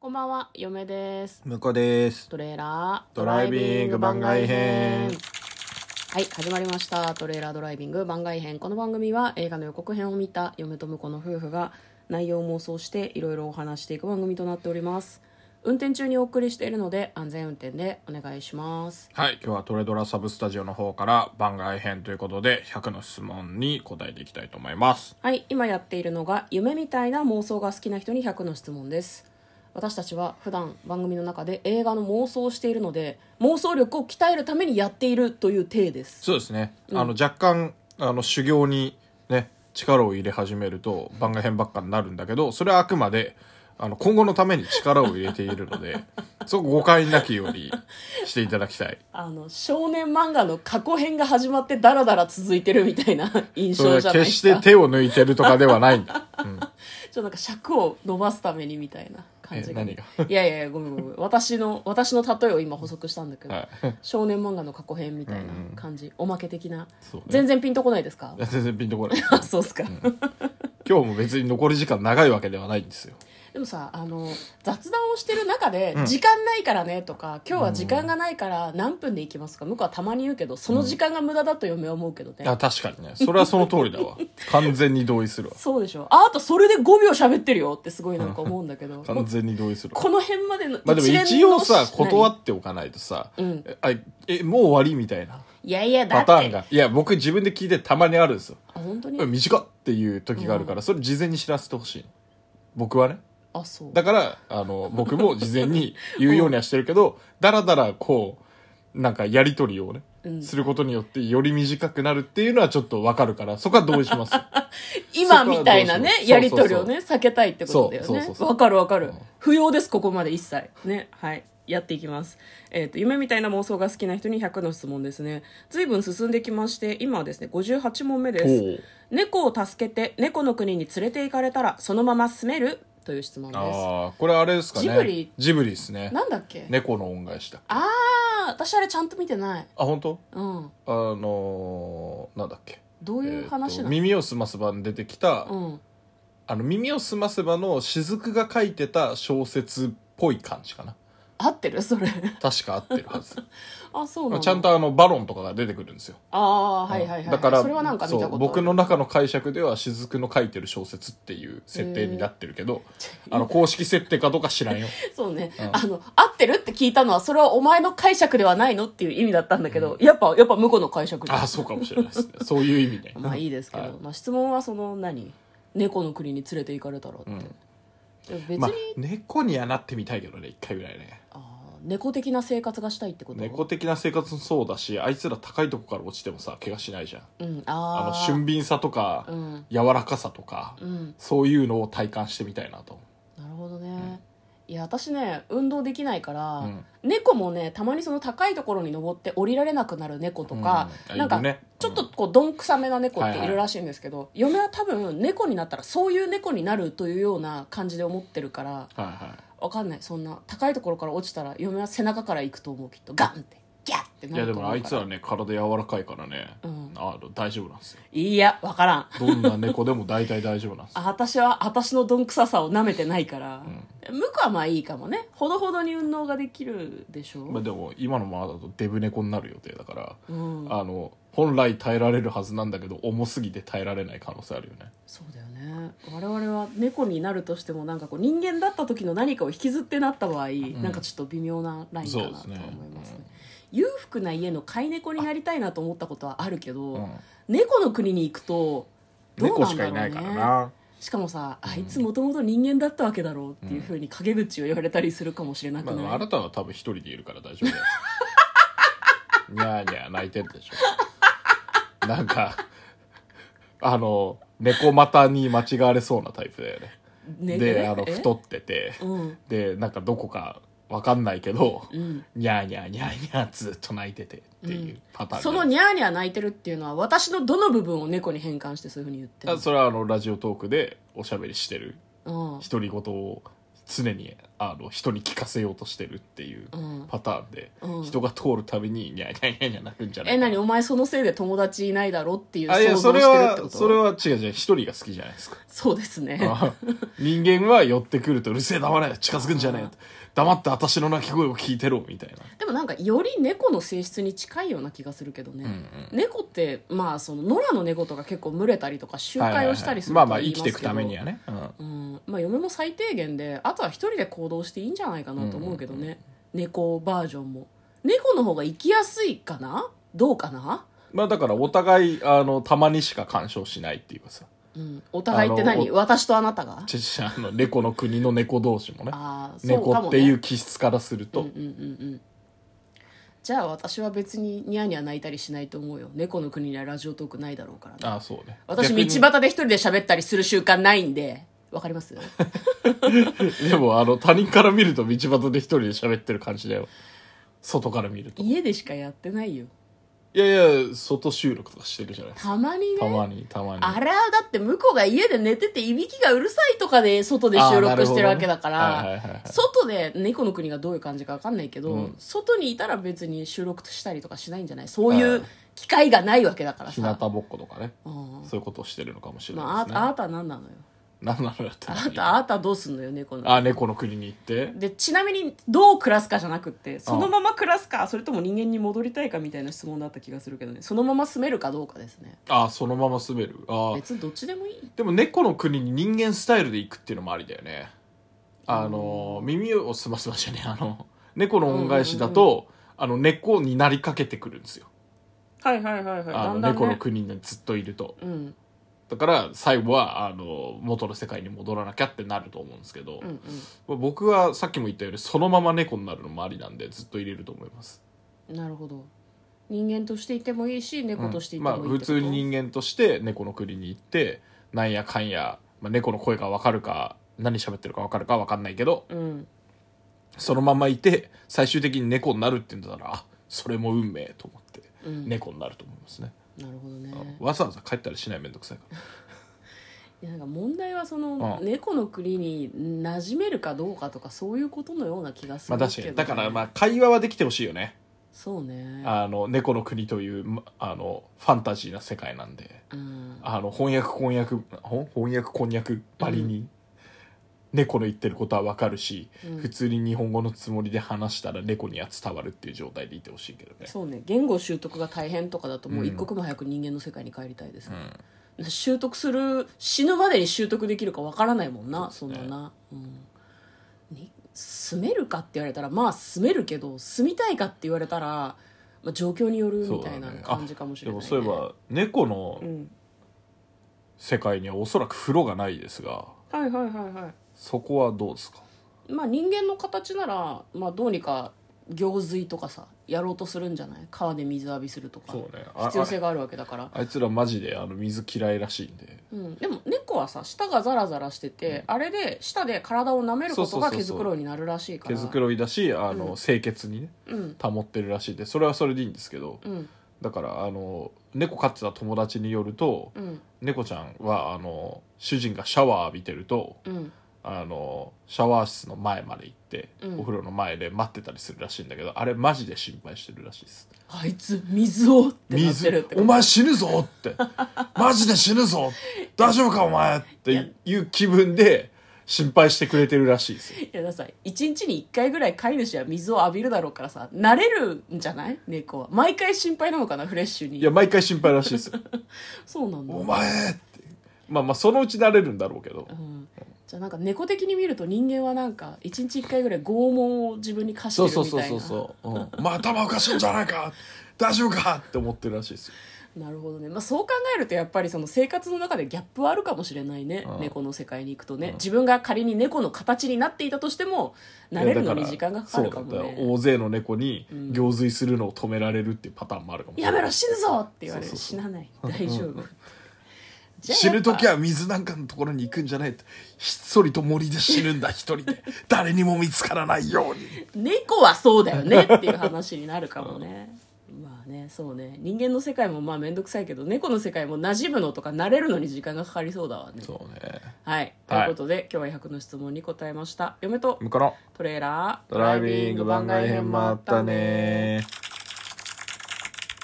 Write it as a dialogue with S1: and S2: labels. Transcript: S1: こんばんは、嫁です。
S2: 向こうです。
S1: トレーラード
S2: ドライビング番外編
S1: はい、始まりました。トレーラードライビング番外編。この番組は映画の予告編を見た嫁と婿の夫婦が内容を妄想していろいろお話していく番組となっております。運転中にお送りしているので安全運転でお願いします。
S2: はい、今日はトレドラサブスタジオの方から番外編ということで、100の質問に答えていきたいと思います。
S1: はい、今やっているのが夢みたいな妄想が好きな人に100の質問です。私たちは普段番組の中で映画の妄想をしているので妄想力を鍛えるためにやっているという体です。
S2: そうですね。あの、若干、あの、修行にね、力を入れ始めると番外編ばっかになるんだけど、それはあくまで、あの、今後のために力を入れているので、 そこ誤解なきようにしていただきたい。
S1: あの少年漫画の過去編が始まってダラダラ続いてるみたいな 印
S2: それ
S1: 象
S2: は
S1: じゃないで
S2: 決し
S1: す
S2: て
S1: かちょ
S2: 手を抜いてるとかではないん だ。うん。
S1: っとなんか尺を伸ばすためにみたいな感じが
S2: え
S1: ね、
S2: 何
S1: いやいやいやごめんごめん私の 私の例えを今補足したんだけど、
S2: はい
S1: 少年漫画の過去編みたいな感じ、おまけ的な、
S2: そうね
S1: 全然ピンとこないですか
S2: い や全然ピンとこない。
S1: あそうっすか、
S2: 今日も別に残り時間長いわけではないんですよ。
S1: でもさあの雑談をしてる中で「時間ないからね」とか「今日は時間がないから何分で行きますか」向こうはたまに言うけどその時間が無駄だと嫁は思うけどね、
S2: あ確かにねそれはその通りだ わ完全に同意するわ
S1: そうでしょああとそれで5秒喋ってるよってすごいなんか思うんだけど も
S2: 完
S1: う
S2: 全に同意するわ
S1: この辺までの
S2: まあでも一応さ断
S1: て
S2: っておかないとさ、
S1: ん
S2: えあえもう終わりみたいない
S1: やいやだって
S2: パターンがいや僕自分で聞いてたまにあるんですよ
S1: あ本当に、
S2: うん短っっていう時があるから、それ事前に知らせてほしい僕はね
S1: あそう
S2: だからあの僕も事前に言うようにはしてるけど、だらだらこうなんかやり取りをね、
S1: うん
S2: することによってより短くなるっていうのはちょっとわかるからそこは同意しますよ
S1: 今みたいなね
S2: そこはどうしよう
S1: やり取りをね避けたいってことだよ
S2: そうそうそう
S1: ね
S2: そう
S1: わかるわかる、
S2: うん
S1: 不要ですここまで一切ねはいやっていきます、えっと夢みたいな妄想が好きな人に100の質問ですね随分進んできまして今はですね58問目で
S2: お
S1: す
S2: う
S1: 猫を助けて猫の国に連れて行かれたらそのまま住めるという質問です
S2: ああこれあれですかね
S1: ジブリ
S2: ジブリですね
S1: なんだっけ
S2: 猫の恩返しだ
S1: ああ私あれちゃんと見てない
S2: あ本当
S1: うん
S2: あのー、なんだっけ
S1: どういう話
S2: えー
S1: な
S2: と
S1: の、
S2: 耳をすませばに出てきた、
S1: うん
S2: あの耳をすませばの雫が書いてた小説っぽい感じかな
S1: 合ってるそれ
S2: 確か合ってるはず
S1: あ そうなの
S2: ちゃんとあのバロンとかが出てくるんですよ
S1: ああーはいはいはい、
S2: だから
S1: それはなんか見たことある
S2: そう僕の中の解釈では雫の書いてる小説っていう設定になってるけ ど、あの公式設定かどうか知らんよ
S1: そうね、
S2: うん
S1: あの合ってるって聞いたのはそれはお前の解釈ではないのっていう意味だったんだけど、やっぱやっぱ向こうの解釈
S2: ああそうかもしれないですねそういう意味ね
S1: まあいいですけど、
S2: はい
S1: まあ、質問はその何猫の国に連れて行かれたらって、い
S2: ん
S1: や別に、
S2: まあ、猫にはなってみたいけどね一回ぐらいね
S1: あー猫的な生活がしたいってこと
S2: 猫的な生活もそうだしあいつら高いとこから落ちてもさ怪我しないじゃん
S1: うん
S2: あ
S1: あ
S2: の
S1: あ
S2: 俊敏さとか、
S1: うん
S2: 柔らかさとか、
S1: うん
S2: そういうのを体感してみたいなと
S1: なるほどね、いや私ね運動できないから、
S2: うん
S1: 猫もねたまにその高いところに登って降りられなくなる猫とか、
S2: うん
S1: なん
S2: い
S1: か、
S2: るねうん
S1: ちょっとこうどんくさめな猫っ
S2: はい
S1: て
S2: はい
S1: いるらしいんですけど、嫁は多分猫になったらそういう猫になるというような感じで思ってるから
S2: はいは
S1: わかんないそんな高いところから落ちたら嫁は背中から行くと思うきっとガンってギャッって
S2: いい
S1: な
S2: や
S1: る
S2: で
S1: と
S2: も
S1: 思
S2: あ
S1: う
S2: い
S1: か
S2: つ
S1: ら
S2: らね体柔らかいからね、
S1: うん
S2: あの大丈夫なんですよ
S1: いやわからん
S2: どんな猫でも大体大丈夫なんですよ
S1: あ私は私のどんくささを舐めてないから、向こうはまあいいかもねほどほどに運動ができるでしょ、
S2: まあでも今のままだとデブ猫になる予定だから、
S1: うん、
S2: あの本来耐えられるはずなんだけど重すぎて耐えられない可能性あるよね
S1: そうだよね我々は猫になるとしてもなんかこう人間だった時の何かを引きずってなった場合、なんかちょっと微妙なラインかなとは
S2: そう
S1: 思
S2: ですね
S1: いますね裕福な家の飼い猫になりたいなと思ったことはあるけど、
S2: うん
S1: 猫の国に行くとどう
S2: 猫
S1: な
S2: し
S1: んだ
S2: かい
S1: ろ
S2: な
S1: う
S2: いから
S1: ね
S2: な
S1: しかもさあいつもともと人間だったわけだろうっていうふうに陰口を言われたりするかもしれなく
S2: ま
S1: ない、
S2: あ、あなたは多分一人でいるから大丈夫だよ。 にゃーにゃー泣いてるでしょ。なんか、あの、猫股に間違われそうなタイプだよね。
S1: ね
S2: で、あの、
S1: え
S2: 太ってて、
S1: うん
S2: で、なんかどこかわかんないけど、
S1: うん
S2: にゃーにゃーにゃーにゃーずっと泣いててっていうパターン、
S1: そのニャーニャー泣いてるっていうのは私のどの部分を猫に変換してそういうふうに言ってる
S2: あそれはあの、ラジオトークでおしゃべりしてる
S1: のうん
S2: 独り言を常にあの人に聞かせようとしてるっていう
S1: うん
S2: パターンで、
S1: うん
S2: 人が通るたびにニャーニャーニャーニャー泣くんじゃない
S1: え何お前そのせいで友達いないだろっていう
S2: あいや
S1: 想
S2: そ
S1: 像
S2: れ
S1: してるってこ
S2: は
S1: と
S2: それは違う違う一人が好きじゃな いですか
S1: そうですね
S2: あ人間は寄ってくると「うるせえ黙れ近づくんじゃねえ」と「黙って私の鳴き声を聞いてろ」みたいな
S1: でもなんかより猫の性質に近いような気がするけどね、猫ってまあその野良の猫とか結構群れたりとか集会をしたりする
S2: は
S1: と
S2: いはいはい
S1: 言い
S2: まあまあ生き
S1: すけ
S2: てい
S1: ど
S2: くためにはね、うん
S1: うんまあ嫁も最低限であとは一人で行動していいんじゃないかなと思うけどね、猫バージョンも猫の方が生きやすいかなどうかな、
S2: まあだからお互いあのたまにしか干渉しないっていうかさ
S1: うん、お互いって何
S2: あの
S1: 私とあなたが
S2: ちちあの猫の国の猫同士もね
S1: ああそう
S2: 猫
S1: かも、ね、
S2: っていう気質からすると、
S1: うんうんうんうんじゃあ私は別にニャーニャー泣いたりしないと思うよ猫の国にはラジオトークないだろうからね
S2: ああそうね
S1: 私道
S2: 逆に
S1: 端で一人で喋ったりする習慣ないんでわかります
S2: でもあの他人から見ると道端で一人で喋ってる感じだよ外から見るとい
S1: 家でしかやってないよ
S2: やいや外収録とかしてるじゃないですか
S1: たまにね
S2: たまにたまに
S1: あれはだって向こうが家で寝てていびきがうるさいとかで外で収録してるわけだか
S2: あーなるほどねはいはいはいは
S1: ら
S2: い
S1: 外で猫の国がどういう感じか分かんないけど、
S2: うん
S1: 外にいたら別に収録したりとかしないんじゃないそうい
S2: はいう
S1: 機会がないわけだから
S2: 日向
S1: さ、
S2: ぼっことかね
S1: うん
S2: そういうことをしてるのかもしれ
S1: ま
S2: な
S1: あ、あ
S2: い
S1: ー
S2: です
S1: た
S2: ね
S1: あーた何なのよ
S2: 何なのよって
S1: あ
S2: 何
S1: ーたあーたどうすんのよ猫の
S2: あ猫の国に行って
S1: でちなみにどう暮らすかじゃなくってそのまま暮らすかそれとも人間に戻りたいかみたいな質問だった気がするけどねそのまま住めるかどうかですね
S2: あそのまま滑るあ
S1: 別にどっちでもいい
S2: でも猫の国に人間スタイルで行くっていうのもありだよねあの耳をすませましたねあの猫の恩返しだと、あの猫になりかけてくるんですよ
S1: はいはいはいはい
S2: あ
S1: だ
S2: の
S1: んだん
S2: 猫の
S1: ね
S2: 国にずっといると
S1: うん
S2: だから最後はあの元の世界に戻らなきゃってなると思うんですけど、
S1: うんうん
S2: 僕はさっきも言ったようにそのまま猫になるのもありなんでずっと入れると思います
S1: なるほど人間としていてもいいし猫としていてもいいって
S2: ま
S1: こと、
S2: あ、普通に人間として猫の国に行ってなんやかんや、まあ、猫の声が分かるか何喋ってるか分かるか分かんないけど
S1: うん
S2: そのままいて最終的に猫になるって言うんだったらあそれも運命と思って
S1: うん
S2: 猫になると思いますね、
S1: なるほどね
S2: わざわざ帰ったりしないめんどくさ いから
S1: いやなんか問題はその、
S2: うん
S1: 猫の国に馴染めるかどうかとかそういうことのような気がす
S2: ま
S1: る
S2: あ
S1: けどね、
S2: 確かにだからまあ会話はできてほしいよね
S1: そうね
S2: あの猫の国というまあのファンタジーな世界なんで
S1: うん
S2: あの翻訳こんにゃくほ翻訳こんにゃくばりに猫の言ってることはわかるし、
S1: うん
S2: 普通に日本語のつもりで話したら猫には伝わるっていう状態でいてほしいけどね
S1: そうね言語習得が大変とかだともう
S2: うん
S1: 一刻も早く人間の世界に帰りたいです、ね習得する死ぬまでに習得できるかわからないもんなそ,、
S2: うです
S1: ん
S2: ね
S1: なな、うん、に住めるかって言われたらまあ住めるけど住みたいかって言われたら、まあ、状況によるみたいな
S2: そうだね
S1: 感じかもし
S2: で
S1: れない、
S2: も
S1: ね
S2: そういえば猫の
S1: うん、
S2: 世界にはおそらく風呂がないですが
S1: はいはいはいは
S2: そこはどうですか
S1: いまあ人間の形なら、まあ、どうにか行水とかさやろうとするんじゃない川で水浴びするとか
S2: そうねあ
S1: 必要性があるわけだから
S2: あいつらマジであの水嫌いらしいんで
S1: うん、でも猫はさ舌がザラザラしてて、あれで舌で体を舐めることが
S2: そう
S1: 毛
S2: そうそうそう
S1: づくろうになるらしいか
S2: 毛
S1: ら
S2: づくろいだし
S1: う
S2: あの、
S1: ん
S2: 清潔にね
S1: うん
S2: 保ってるらしいんでそれはそれでいいんですけど
S1: うん
S2: だからあの猫飼ってた友達によると、
S1: うん
S2: 猫ちゃんはあの主人がシャワー浴びてると
S1: うん
S2: あのシャワー室の前まで行って、
S1: うん
S2: お風呂の前で待ってたりするらしいんだけどあれマジで心配してるらしいです
S1: あいつ水をってなってるっ
S2: 水
S1: てこと
S2: お前死ぬぞって マジで死ぬぞ大丈夫かお前っていう気分で心配してくれてるらしいですよ
S1: いやだからさ一日に1回ぐらい飼い主は水を浴びるだろうからさ慣れるんじゃない猫は毎回心配なのかなフレッシュに
S2: いや毎回心配らしい ですよ
S1: そうなんだ、
S2: お前ってまあまあそのうち慣れるんだろうけど
S1: うん、じゃあなんか猫的に見ると人間はなんか一日1回ぐらい拷問を自分に課して
S2: そ
S1: る
S2: う
S1: みたい
S2: そ
S1: な
S2: うそうそうそう、うん、お前頭おかしいんじゃないか大丈夫かって思ってるらしいですよ
S1: なるほどね、まあ、そう考えるとやっぱりその生活の中でギャップはあるかもしれないね、
S2: うん
S1: 猫の世界に行くとね、
S2: うん
S1: 自分が仮に猫の形になっていたとしても慣れるのに時間がかかるかも
S2: そうだ
S1: ね
S2: から大勢の猫に
S1: ん
S2: 行水するのを止められるっていうパターンもあるかもしれ
S1: や
S2: ない
S1: めろ死ぬぞって言われる
S2: そうそうそう
S1: 死なない大丈夫じゃあ
S2: 死ぬ時
S1: やっ
S2: は水なんかのところに行くんじゃないとひっそりと森で死ぬんだ一人で誰にも見つからないように
S1: ぱ猫はそうだよねっていう話になるかもね、まああねそうね人間の世界もまあ面倒くさいけど猫の世界も馴染むのとか慣れるのに時間がかかりそうだわね
S2: そうね
S1: はいということで、今日は100の質問に答えました嫁と
S2: 向こうの
S1: トレーラー
S2: ドライビング番外編もあったね